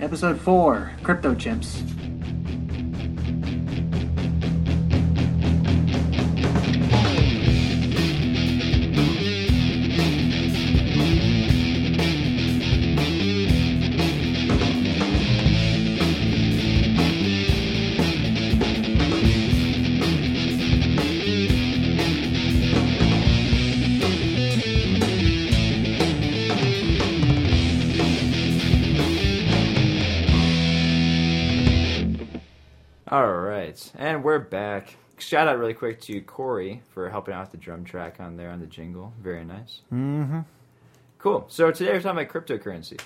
Episode 4 Crypto Chimps. All right, and we're back. Shout out really quick to Corey for helping out with the drum track on there on the jingle. Very nice. Mm-hmm. Cool. So today we're talking about cryptocurrency.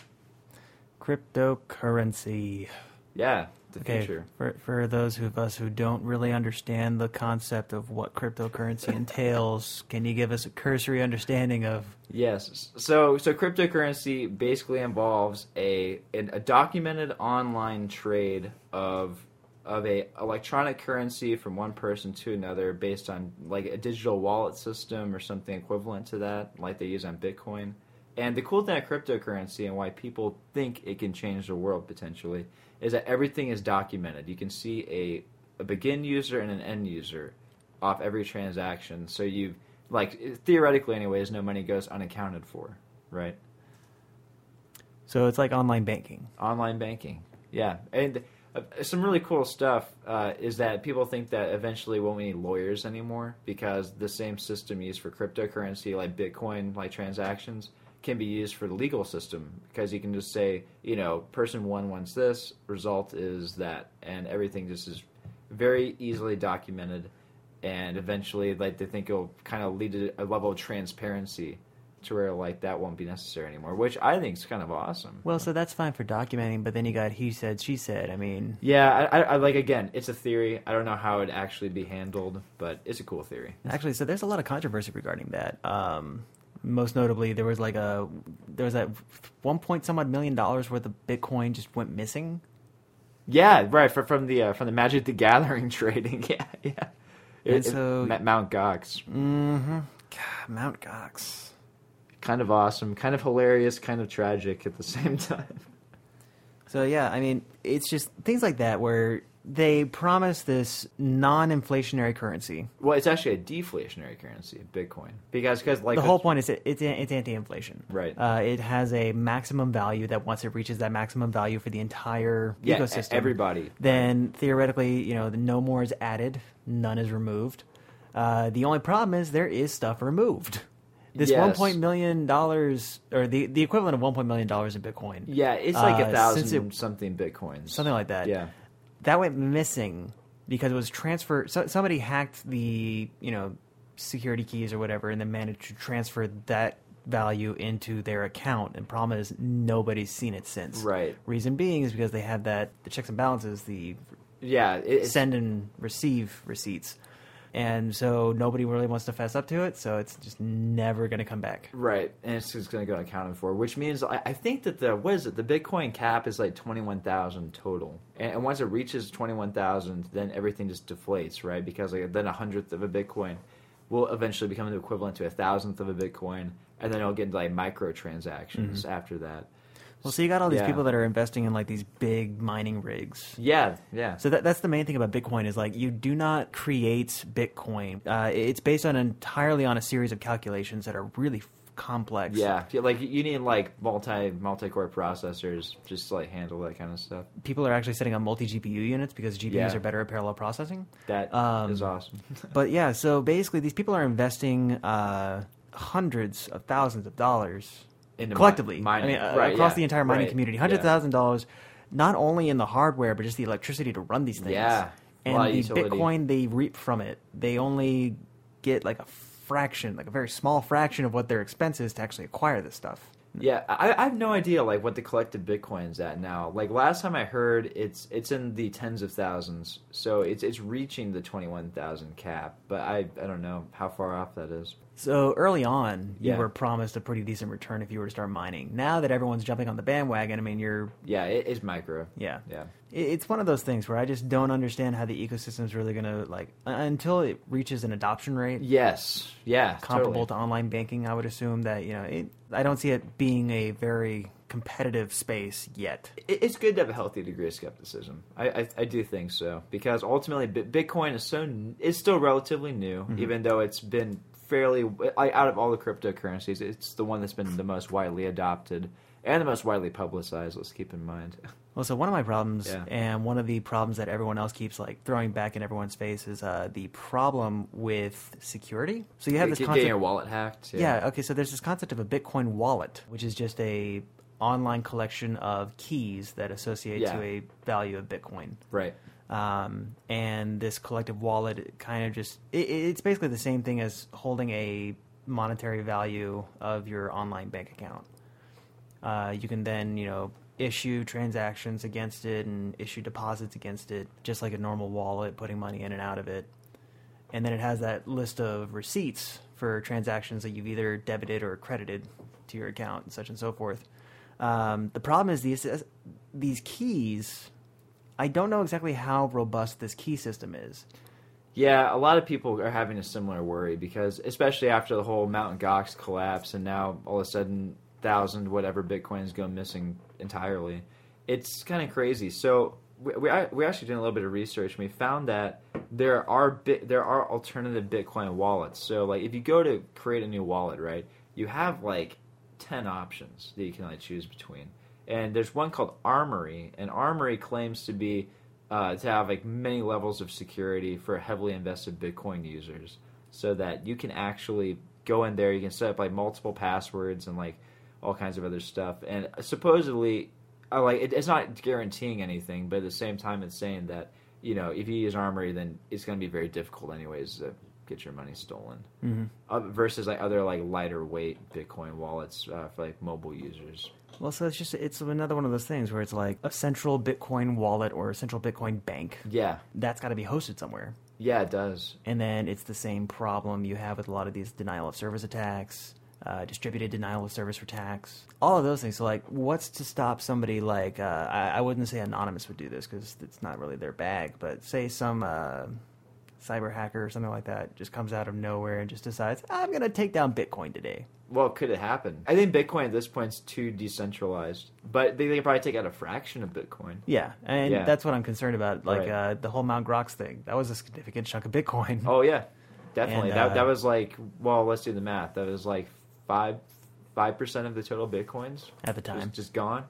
Cryptocurrency. Yeah, the Okay, future. for for those of us who don't really understand the concept of what cryptocurrency entails, can you give us a cursory understanding of? Yes. So so cryptocurrency basically involves a an, a documented online trade of of a electronic currency from one person to another based on like a digital wallet system or something equivalent to that, like they use on Bitcoin. And the cool thing about cryptocurrency and why people think it can change the world potentially is that everything is documented. You can see a, a begin user and an end user off every transaction. So you like theoretically anyways, no money goes unaccounted for, right? So it's like online banking. Online banking. Yeah. And uh, some really cool stuff uh, is that people think that eventually we won't need lawyers anymore because the same system used for cryptocurrency, like Bitcoin, like transactions, can be used for the legal system because you can just say, you know, person one wants this, result is that, and everything just is very easily documented. And eventually, like they think it'll kind of lead to a level of transparency to where like that won't be necessary anymore, which I think is kind of awesome. Well, so that's fine for documenting, but then you got he said, she said. I mean, Yeah, I, I, I like again. It's a theory. I don't know how it'd actually be handled, but it's a cool theory. Actually, so there's a lot of controversy regarding that. Um, most notably, there was like a there was that one point some odd million dollars worth of Bitcoin just went missing. Yeah, right. From, from the uh, from the Magic the Gathering trading. Yeah, yeah. It, And it- so- Ma- Mount Gox, Mm-hmm. God, Mount Gox. kind of awesome, kind of hilarious, kind of tragic at the same time. So yeah, I mean, it's just things like that where they promise this non-inflationary currency. Well, it's actually a deflationary currency, Bitcoin, because because like the whole point is it, it's an- it's anti-inflation. Right. Uh, it has a maximum value that once it reaches that maximum value for the entire yeah, e- ecosystem, everybody. then theoretically, you know, no more is added, none is removed. Uh, the only problem is there is stuff removed. This Yes. one point million dollars, or the, the equivalent of one point million dollars in Bitcoin, Yeah, it's like a Uh, since thousand something bitcoins, something like that. Yeah, that went missing because it was transferred. So, somebody hacked the you know security keys or whatever, and then managed to transfer that value into their account. And problem is, nobody's seen it since. Right. Reason being is because they have that the checks and balances, the yeah. It, it's- send and receive receipts. And so nobody really wants to fess up to it, so it's just never going to come back. Right, and it's just going to go accounted for, which means I, I think that the what is it? The Bitcoin cap is like twenty one thousand total, and, and once it reaches twenty one thousand, then everything just deflates, right? Because like then a hundredth of a Bitcoin will eventually become the equivalent to a thousandth of a Bitcoin, and then it'll get into like microtransactions after that. Mm-hmm. Well, so you got all these Yeah. people that are investing in like these big mining rigs. Yeah, yeah, So that, that's the main thing about Bitcoin is like you do not create Bitcoin. Uh, it's based on entirely on a series of calculations that are really f- complex. yeah. Yeah, Like you need like multi multi core processors just to like handle that kind of stuff. People are actually setting up multi GPU units because GPUs Yeah. are better at parallel processing. That is Um, awesome. But yeah, so basically these people are investing uh, hundreds of thousands of dollars Into mi- collectively, mining. I mean, uh, Right, across yeah. the entire mining Right, community, yeah. hundred thousand dollars, not only in the hardware but just the electricity to run these things. Yeah, a and lot the of utility. Bitcoin they reap from it, they only get like a fraction, like a very small fraction of what their expense is to actually acquire this stuff. Yeah, I, I have no idea like what the collective Bitcoin's at now. Like last time I heard, it's it's in the tens of thousands, so it's it's reaching the twenty one thousand cap. But I I don't know how far off that is. So early on, Yeah. you were promised a pretty decent return if you were to start mining. Now that everyone's jumping on the bandwagon, I mean, you're Yeah, it is micro. yeah. Yeah. It- It's one of those things where I just don't understand how the ecosystem is really going to like uh, until it reaches an adoption rate Yes. Yeah. totally. comparable to online banking. I would assume that you know it, I don't see it being a very competitive space yet. It- It's good to have a healthy degree of skepticism. I, I, I do think so because ultimately, Bi- Bitcoin is so n- is still relatively new, Mm-hmm. even though it's been fairly like out of all the cryptocurrencies, it's the one that's been the most widely adopted and the most widely publicized. Let's keep in mind. Well, so one of my problems, Yeah. and one of the problems that everyone else keeps like throwing back in everyone's face, is uh, the problem with security. So you have this Get- concept. getting your wallet hacked. yeah. Okay. So there's this concept of a Bitcoin wallet, which is just a online collection of keys that associate Yeah. to a value of Bitcoin. Right. Um, and this collective wallet it kind of just it, it- it's basically the same thing as holding a monetary value of your online bank account. Uh, you can then you know issue transactions against it and issue deposits against it, just like a normal wallet, putting money in and out of it. And then it has that list of receipts for transactions that you've either debited or credited to your account, and such and so forth. Um, the problem is these these keys. I don't know exactly how robust this key system is. Yeah, a lot of people are having a similar worry because, especially after the whole Mt. Gox collapse, and now all of a sudden, thousand whatever bitcoins go missing entirely. It's kind of crazy. So we, we we actually did a little bit of research. and We found that there are bit there are alternative Bitcoin wallets. So like if you go to create a new wallet, right, you have like ten options that you can like choose between. And there's one called Armory, and Armory claims to be uh, to have like many levels of security for heavily invested Bitcoin users, so that you can actually go in there. You can set up like multiple passwords and like all kinds of other stuff. And supposedly, uh, like it, it's not guaranteeing anything, but at the same time, it's saying that you know if you use Armory, then it's going to be very difficult anyways to get your money stolen. Mm-hmm. Uh, versus like other like lighter weight Bitcoin wallets uh, for like mobile users. Well, so it's just it's another one of those things where it's like a central Bitcoin wallet or a central Bitcoin bank Yeah, that's got to be hosted somewhere. yeah, it does. And then it's the same problem you have with a lot of these denial of service attacks, uh, distributed denial of service attacks, all of those things. So, like, what's to stop somebody like, uh, I, I wouldn't say Anonymous would do this because it's not really their bag, but say some uh, cyber hacker or something like that just comes out of nowhere and just decides, I'm going to take down Bitcoin today. Well, could it happen? I think Bitcoin at this point is too decentralized, but they, they could probably take out a fraction of Bitcoin. Yeah, and Yeah. that's what I'm concerned about. Like Right. uh, the whole Mount Grox thing, that was a significant chunk of Bitcoin. Oh yeah, definitely. And, uh, that that was like well, let's do the math. That was like five five percent of the total bitcoins At the time. just, just gone.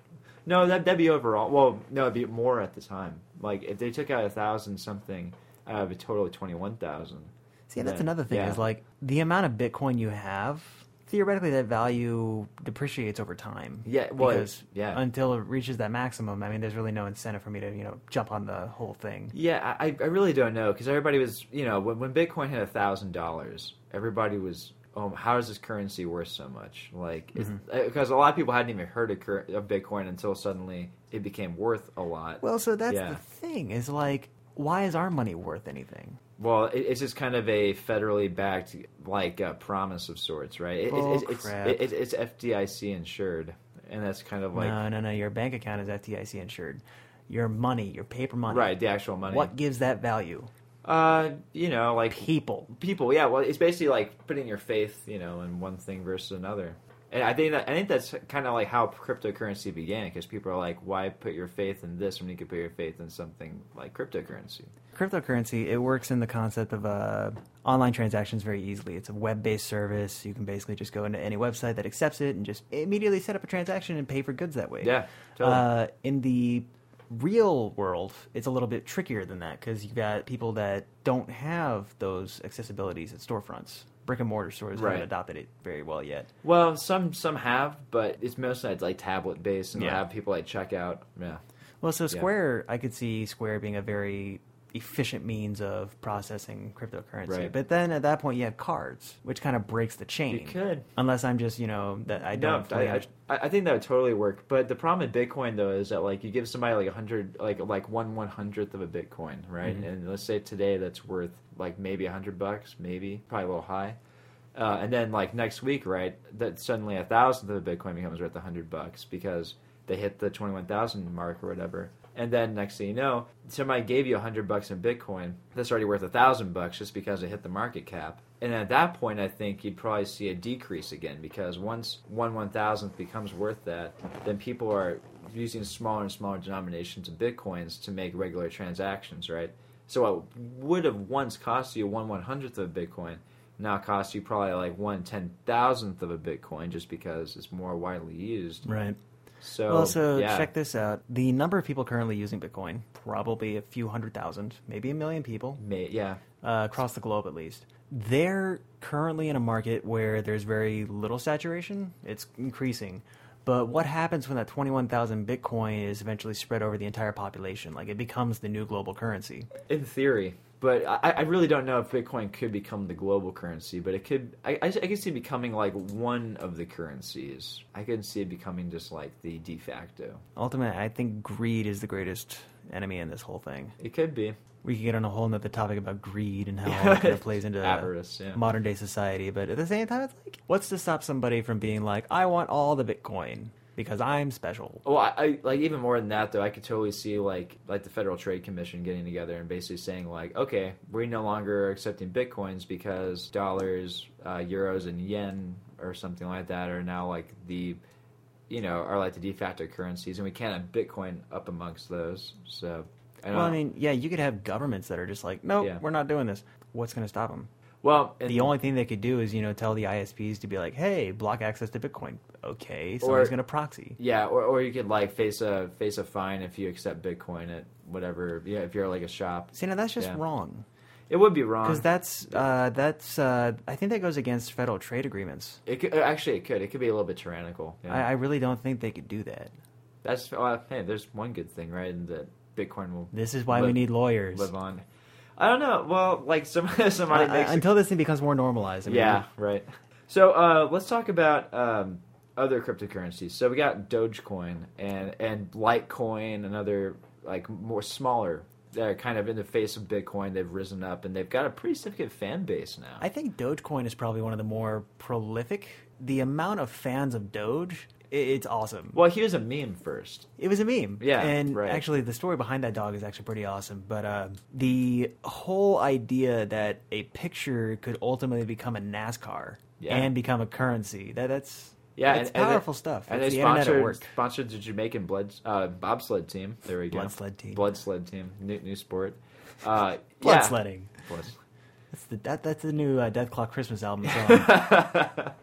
No, that that'd be overall. Well, no, it'd be more at the time. Like if they took out a thousand something out of a total of twenty one thousand. See, that's another thing is like the amount of Bitcoin you have. Theoretically, that value depreciates over time. Yeah, well, because yeah. until it reaches that maximum, I mean, there's really no incentive for me to you know jump on the whole thing. Yeah, I, I really don't know because everybody was, you know, when, when Bitcoin hit a thousand dollars, everybody was, oh, how is this currency worth so much? Like, because Mm-hmm. a lot of people hadn't even heard of, cur- of Bitcoin until suddenly it became worth a lot. Well, so that's Yeah. the thing is like, why is our money worth anything? Well, it, it's just kind of a federally backed like uh, promise of sorts, right? It, it- Bull it's- it's, crap. it- it's- it's FDIC insured, and that's kind of like no, no, no. Your bank account is FDIC insured. Your money, your paper money. right the actual money. What gives that value? Uh, you know, like People. people. Yeah, well, it's basically like putting your faith, you know, in one thing versus another. And I think that I think that's kind of like how cryptocurrency began, because people are like, "Why put your faith in this when you could put your faith in something like cryptocurrency?" cryptocurrency it works in the concept of uh, online transactions very easily it's a web-based service you can basically just go into any website that accepts it and just immediately set up a transaction and pay for goods that way Yeah, totally. uh, in the real world it's a little bit trickier than that because you've got people that don't have those accessibilities at storefronts brick and mortar stores Right. haven't adopted it very well yet Well, some some have, but it's mostly like tablet based, and they'll Yeah. have people like check out. Yeah, Well, so Square, I could see Square being a very efficient means of processing cryptocurrency. Right. But then at that point, you have cards, which kind of breaks the chain. You could. Unless I'm just, you know, that I don't. no, fully I, I, understand. I think that would totally work. But the problem with Bitcoin though is that like you give somebody like a hundred, like like one one hundredth of a Bitcoin, Mm-hmm. right? And let's say today that's worth like maybe a hundred bucks, maybe probably a little high. Uh, and then like next week, right? That suddenly a thousandth of a Bitcoin becomes worth a hundred bucks because they hit the twenty one thousand mark or whatever. And then next thing you know, somebody gave you a hundred bucks in Bitcoin. That's already worth a thousand bucks just because it hit the market cap. And at that point, I think you'd probably see a decrease again because once one one thousandth becomes worth that, then people are using smaller and smaller denominations of bitcoins to make regular transactions, right? So what would have once cost you one one hundredth of a bitcoin now costs you probably like one ten thousandth of a bitcoin just because it's more widely used. Right. So well, so yeah. check this out. The number of people currently using Bitcoin, probably a few hundred thousand, maybe a million people Ma- yeah. uh, across the globe at least. They're currently in a market where there's very little saturation. It's increasing. But what happens when that 21,000 Bitcoin is eventually spread over the entire population? Like it becomes the new global currency. In theory, but I, I really don't know if Bitcoin could become the global currency. But it could. I, I, I can see it becoming like one of the currencies. I can see it becoming just like the de facto. Ultimately, I think greed is the greatest enemy in this whole thing. It could be. We could get on a whole nother topic about greed and how it kind of plays into Avarice, yeah. modern day society. But at the same time, it's like, what's to stop somebody from being like, I want all the Bitcoin because I'm special? Well, I, I like even more than that though. I could totally see like like the Federal Trade Commission getting together and basically saying like, okay, we no longer are accepting bitcoins because dollars, uh, euros, and yen or something like that are now like the, you know, are like the de facto currencies, and we can't have bitcoin up amongst those. So, I don't Well, I mean, yeah, you could have governments that are just like, no, Yeah. we're not doing this. What's going to stop them? well, and- The only thing they could do is, you know, tell the ISPs to be like, hey, block access to Bitcoin. Okay, somebody's going to proxy. Yeah, or, or you could like face a face a fine if you accept Bitcoin at whatever. Yeah, if you're like a shop, See, now that's just Yeah. wrong. it would be wrong. Because that's, uh, that's uh, I think that goes against federal trade agreements. it could, actually it could it could be a little bit tyrannical. Yeah. I, I really don't think they could do that. That's well, hey, there's one good thing, right? And that Bitcoin will This is why we Live- need lawyers. live on. I don't know. Well, like some I- somebody I- makes a- until this thing becomes more normalized. I mean, yeah, right. So uh, let's talk about um, other cryptocurrencies. So we got Dogecoin and and Litecoin, another like more smaller. They're kind of in the face of Bitcoin. They've risen up and they've got a pretty significant fan base now. I think Dogecoin is probably one of the more prolific. The amount of fans of Doge, i it's awesome. well, here's a meme first. It was a meme. Yeah, And right. actually, the story behind that dog is actually pretty awesome. But uh, the whole idea that a picture could ultimately become a NASCAR Yeah. and become a currency, that, that's. Yeah, it's and- and they- powerful stuff. And it's they the internet at sponsored work. sponsored the Jamaican blood uh, bobsled team. There we go. Blood sled team. Blood sled team. New, new sport. Uh, Blood yeah. sledding. Blood- That's the that, that's the new uh, Death Clock Christmas album song.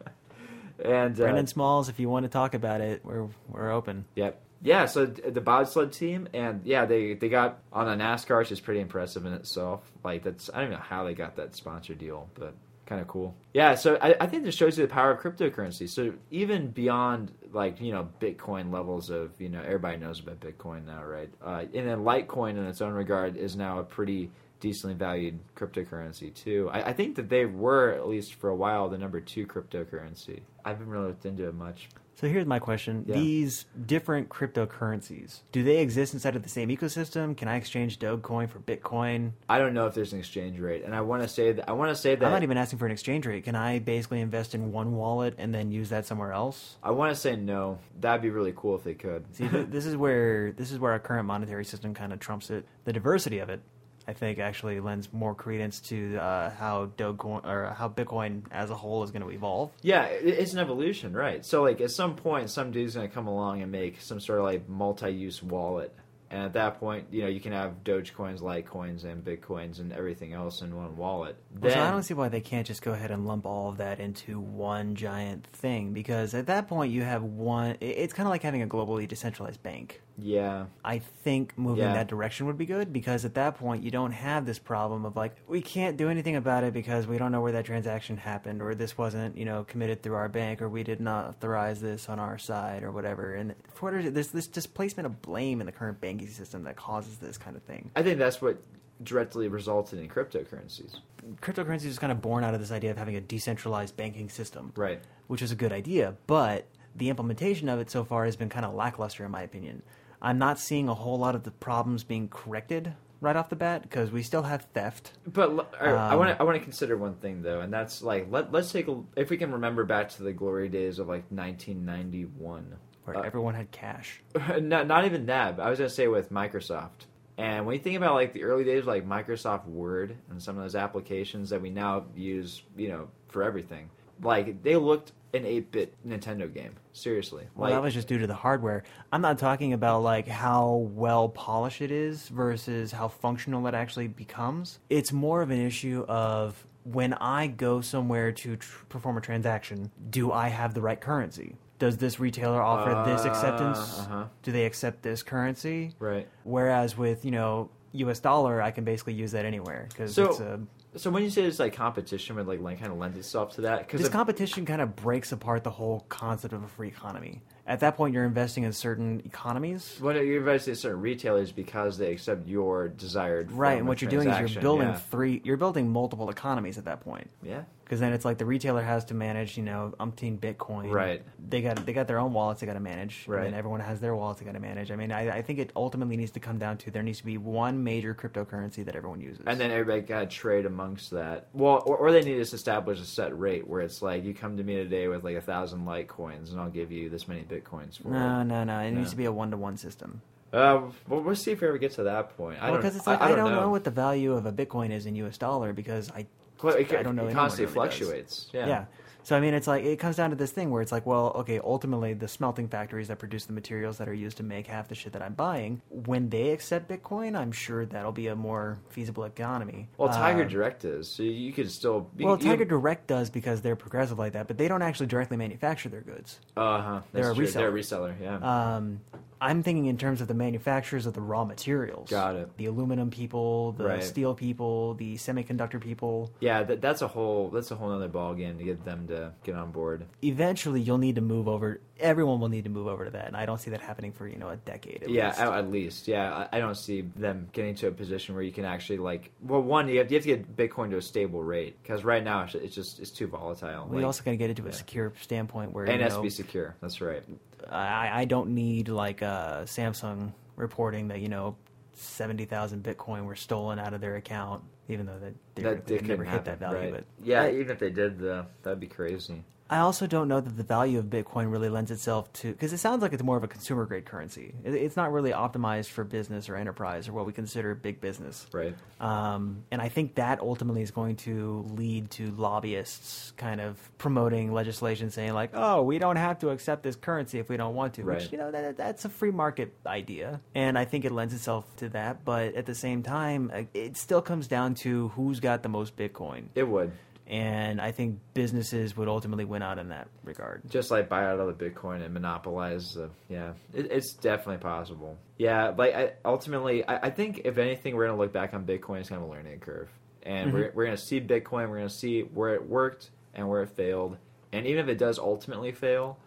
And uh, Brendan Smalls, if you want to talk about it, we're we're open. Yep. Yeah, so th- the bobsled team, and yeah, they, they got on a NASCAR, which is pretty impressive in itself. Like that's I don't even know how they got that sponsor deal, but kind of cool. Yeah, so I, I think this shows you the power of cryptocurrency. So even beyond like you know Bitcoin levels of you know everybody knows about Bitcoin now, right? Uh, and then Litecoin in its own regard is now a pretty decently valued cryptocurrency too. I, I think that they were at least for a while the number two cryptocurrency. I haven't really looked into it much. So here's my question: Yeah. These different cryptocurrencies, do they exist inside of the same ecosystem? Can I exchange Dogecoin for Bitcoin? I don't know if there's an exchange rate, and I want to say that I want to say I'm that not even asking for an exchange rate. Can I basically invest in one wallet and then use that somewhere else? I want to say no. That'd be really cool if they could. See, th- this is where this is where our current monetary system kind of trumps it. The diversity of it, I think, actually lends more credence to uh, how Dogecoin or how Bitcoin as a whole is going to evolve. Yeah, i- it's an evolution, right? So like at some point, some dude's gonna come along and make some sort of like multi-use wallet, and at that point, you know, you can have Dogecoins, Litecoins, and Bitcoins, and everything else in one wallet. Well, Then, so I don't see why they can't just go ahead and lump all of that into one giant thing because at that point you have one. i- It's kind of like having a globally decentralized bank. yeah, I think moving Yeah. that direction would be good because at that point you don't have this problem of like we can't do anything about it because we don't know where that transaction happened or this wasn't you know committed through our bank or we did not authorize this on our side or whatever. And for whatever- there's this displacement of blame in the current banking system that causes this kind of thing. I think that's what directly resulted in cryptocurrencies, Cryptocurrency is kind of born out of this idea of having a decentralized banking system. right? which is a good idea, but the implementation of it so far has been kind of lackluster, in my opinion. I'm not seeing a whole lot of the problems being corrected right off the bat because we still have theft. But l- I- I Um, want to I want to consider one thing though, and that's like let let's take a, if we can remember back to the glory days of like 1991. Where Uh, everyone had cash. not not even that. But I was gonna say with Microsoft. And when you think about like the early days, of, like Microsoft Word and some of those applications that we now use, you know, for everything, like they looked an eight-bit Nintendo game. Seriously, Well, like that was just due to the hardware. I'm not talking about like how well polished it is versus how functional it actually becomes. It's more of an issue of when I go somewhere to tr- perform a transaction, do I have the right currency? Does this retailer offer this acceptance? Uh, uh-huh. Do they accept this currency? right. Whereas with you know U.S. dollar, I can basically use that anywhere because So- it's a So when you say it's like competition, would like, like kind of lends itself to that because This competition kind of breaks apart the whole concept of a free economy. At that point, you're investing in certain economies. What you're advising certain retailers because they accept your desired Right, form and of what you're doing is you're transaction, building yeah. three, you're building multiple economies at that point. yeah, Because then it's like the retailer has to manage, you know, umpteen Bitcoin. Right. They got they got their own wallets they got to manage. Right. And then everyone has their wallets they got to manage. I mean, I, I think it ultimately needs to come down to there needs to be one major cryptocurrency that everyone uses. and then everybody got to trade amongst that. Well, or, or they need to just establish a set rate where it's like you come to me today with like a thousand Litecoins, and I'll give you this many Bitcoins for no, it. no, no. It No. needs to be a one to one system. Uh, well, we'll see if we ever get to that point. I Well, don't because it's like I, I don't, know. know what the value of a Bitcoin is in U.S. dollar because I Well, it, I don't know It anyone constantly who really does. fluctuates. yeah. Yeah. So I mean, it's like it comes down to this thing where it's like, well, okay, ultimately the smelting factories that produce the materials that are used to make half the shit that I'm buying, when they accept Bitcoin, I'm sure that'll be a more feasible economy. Well, Tiger Uh, Direct is so you could still. You, well, Tiger Direct does because they're progressive like that, but they don't actually directly manufacture their goods. Uh huh. they're They're, a they're a reseller. Yeah. Um, I'm thinking in terms of the manufacturers of the raw materials. Got it. The aluminum people, the Right. steel people, the semiconductor people. yeah. That, that's a whole. That's a whole other ball game to get them to get on board. Eventually, you'll need to move over. Everyone will need to move over to that, and I don't see that happening for you know a decade. At yeah least. at, at least yeah I, I don't see them getting to a position where you can actually like well one you have, you have to get bitcoin to a stable rate because right now it's, it's just it's too volatile We like, also got to get it to yeah. a secure standpoint where and you it has know, to be secure that's right I, I don't need like uh, Samsung reporting that you know seventy thousand Bitcoin were stolen out of their account, even though that they that could couldn't never hit happen, that right. value. But yeah even if they did though that'd be crazy I also don't know that the value of Bitcoin really lends itself to because it sounds like it's more of a consumer grade currency. It, it's not really optimized for business or enterprise or what we consider big business. right Um, and I think that ultimately is going to lead to lobbyists kind of promoting legislation saying like, oh, we don't have to accept this currency if we don't want to, Right. which, you know, that, that's a free market idea. And I think it lends itself to that. But at the same time, uh, it still comes down to who's got the most Bitcoin. it would And I think businesses would ultimately win out in that regard. just like buy out all the bitcoin and monopolize the yeah it, it's definitely possible yeah like I, ultimately I, I think if anything we're gonna look back on bitcoin as kind of a learning curve and we're, we're gonna see bitcoin we're gonna see where it worked and where it failed and even if it does ultimately fail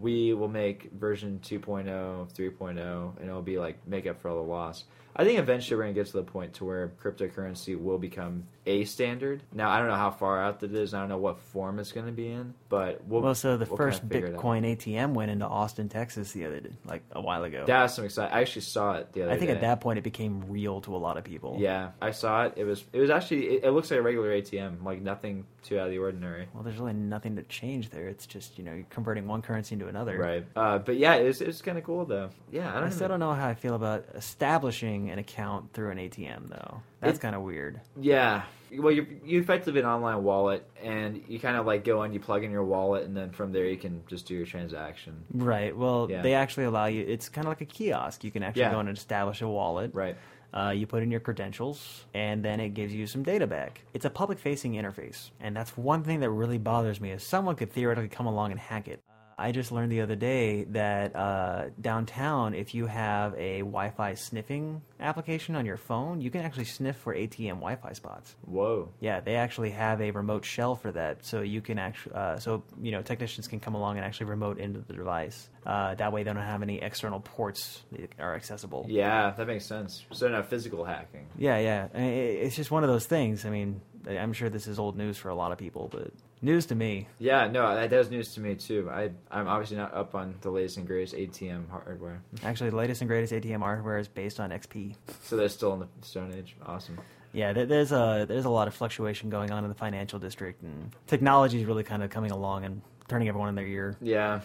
we will make version oh, 2.0 3.0 and it'll be like make up for all the loss i think eventually we're going to get to the point to where cryptocurrency will become a standard now i don't know how far out that is i don't know what form it's going to be in but we'll Well, so the we'll first kinda figure it out. Bitcoin ATM went into Austin, Texas the other day, like a while ago. that was some exciting i actually saw it the other I think day. at that point it became real to a lot of people. yeah i saw it it was it was actually it, it looks like a regular atm like nothing too out of the ordinary Well, there's really nothing to change there. It's just you know you're converting one currency into another. right uh but yeah it's it's kind of cool though yeah i I, don't still know don't know how I feel about establishing an account through an ATM though. That's It- kind of weird. Yeah. Well, you you effectively an online wallet, and you kind of like go and you plug in your wallet, and then from there you can just do your transaction. Right. Well, Yeah. they actually allow you. It's kind of like a kiosk. You can actually Yeah. go in and establish a wallet. Right. Uh, you put in your credentials, and then it gives you some data back. It's a public-facing interface, and that's one thing that really bothers me. Is someone could theoretically come along and hack it. Uh, I just learned the other day that uh, downtown, if you have a Wi-Fi sniffing application on your phone, you can actually sniff for ATM Wi-Fi spots. Whoa. Yeah, they actually have a remote shell for that, so you can actually, uh, so you know, technicians can come along and actually remote into the device. Uh, that way, they don't have any external ports that are accessible. Yeah, that makes sense. So no physical hacking. Yeah, yeah. I- i- It's just one of those things. I mean, I- I'm sure this is old news for a lot of people, but news to me. Yeah, no, that, that was news to me too. I I'm obviously not up on the latest and greatest ATM hardware, Actually, the latest and greatest ATM hardware is based on XP. so they're still in the Stone Age. Awesome. Yeah, there- there's a there's a lot of fluctuation going on in the financial district, and technology is really kind of coming along and turning everyone in their ear. Yeah.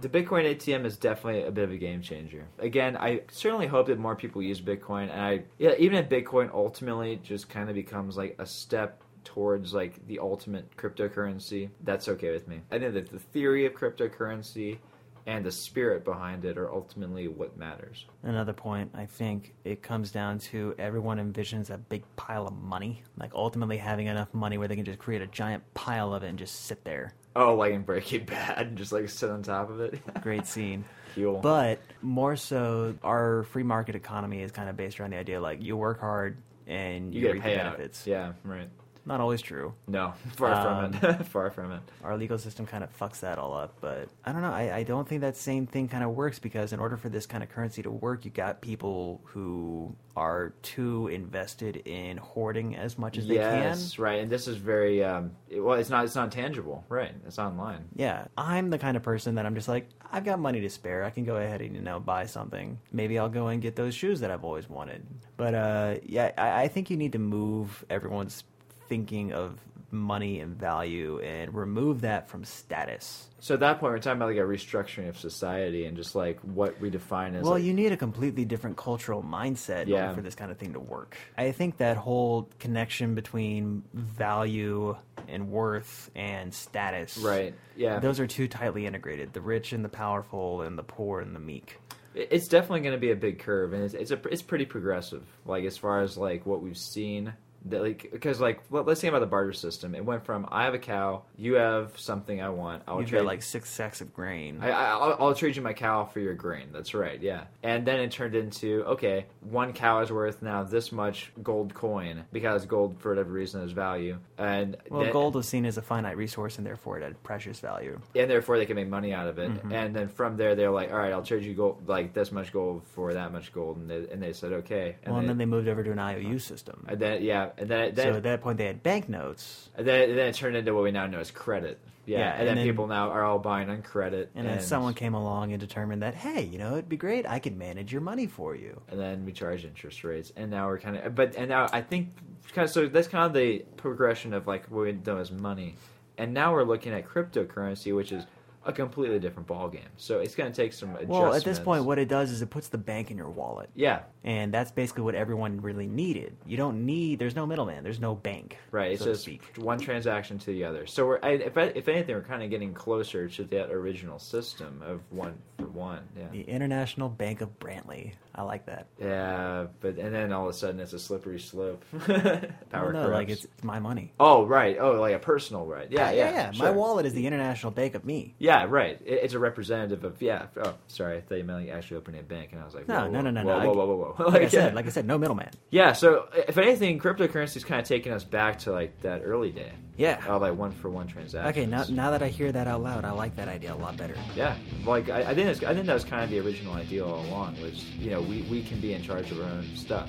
The Bitcoin ATM is definitely a bit of a game changer. Again, I certainly hope that more people use Bitcoin, and I yeah, even if Bitcoin ultimately just kind of becomes like a step towards like the ultimate cryptocurrency, that's okay with me. I think that the theory of cryptocurrency and the spirit behind it are ultimately what matters. Another point, I think it comes down to everyone envisions a big pile of money, like ultimately having enough money where they can just create a giant pile of it and just sit there. Oh, like in Breaking Bad, and just like sit on top of it. Great scene. Cool. But more so, our free market economy is kind of based around the idea like you work hard and you, you get a reap the payout. benefits. Yeah, right. Not always true. Um, No, far from it. far from it. Our legal system kind of fucks that all up. But I don't know. I, I don't think that same thing kind of works because in order for this kind of currency to work, you got people who are too invested in hoarding as much as they can. Yes, right. And this is very um, it, well. It's not. It's not tangible, right? It's online. Yeah, I'm the kind of person that I'm just like, I've got money to spare. I can go ahead and you know buy something. Maybe I'll go and get those shoes that I've always wanted. But uh, yeah, I, I think you need to move everyone's thinking of money and value and remove that from status. So at that point, we're talking about like a restructuring of society and just like what we define as. Well, like- you need a completely different cultural mindset in Yeah. order for this kind of thing to work. I think that whole connection between value and worth and status, Right. Yeah. Those are too tightly integrated. The rich and the powerful, and the poor and the meek. It- It's definitely going to be a big curve, and it's it's, a, it's pretty progressive. Like as far as like what we've seen, that like because like let, let's think about the barter system. It went from I have a cow, you have something I want. I'll You've trade got like six sacks of grain. I, I, I'll, I'll trade you my cow for your grain. That's right, yeah. And then it turned into okay, one cow is worth now this much gold coin because gold, for whatever reason, has value. And well, that- gold was seen as a finite resource and therefore it had precious value. and therefore they can make money out of it. Mm-hmm. And then from there, they're like, all right, I'll trade you gold, like this much gold for that much gold. And they, and they said okay. And Uh-huh. well, and they- then they moved over to an IOU system. and then yeah, and then it- then, so at that point, they had banknotes, and then and then it turned into what we now know as credit. Yeah, Yeah, and, and then, then- people now are all buying on credit. and then someone came along and determined that, hey, you know, it'd be great. I could manage your money for you. and then we charge interest rates and now we're kind of but and now i think kind of so that's kind of the progression of like what we've done as money and now we're looking at cryptocurrency which is a completely different ballgame so it's going to take some adjustments Well, at this point, what it does is it puts the bank in your wallet. yeah And that's basically what everyone really needed. You don't need, there's no middleman, there's no bank. right it's so to just speak. one transaction to the other so we're I, if, I, if anything we're kind of getting closer to that original system of one for one The yeah International Bank of Brantley. I like that. yeah but and then all of a sudden it's a slippery slope I power don't know, like corrupts. it's, it's my money. oh right oh like a personal right yeah yeah, My sure. wallet is the International Bank of me. Yeah, right. It, it's a representative of yeah. Oh, sorry, I thought you meant like actually opening a bank, and I was like, No, whoa, no, whoa, no, no, whoa, no. whoa, whoa, whoa, whoa. Like I said, like I said, no middleman. yeah. So if anything, cryptocurrency is kind of taking us back to like that early day. Yeah. Oh, like one for one transactions. Okay, now, now that I hear that out loud, I like that idea a lot better. Yeah, like I, I think it's, I think that was kind of the original idea all along was you know we, we can be in charge of our own stuff.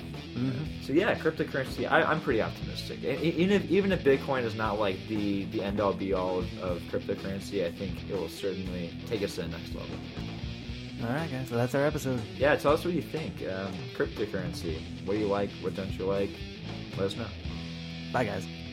So yeah, cryptocurrency. I, I'm pretty optimistic. E- e- Even if even if Bitcoin is not like the the end all be all of, of cryptocurrency, I think it will certainly take us to the next level. All right, guys, so that's our episode. Yeah, tell us what you think. Um, cryptocurrency. What do you like? What don't you like? Let us know. Bye, guys.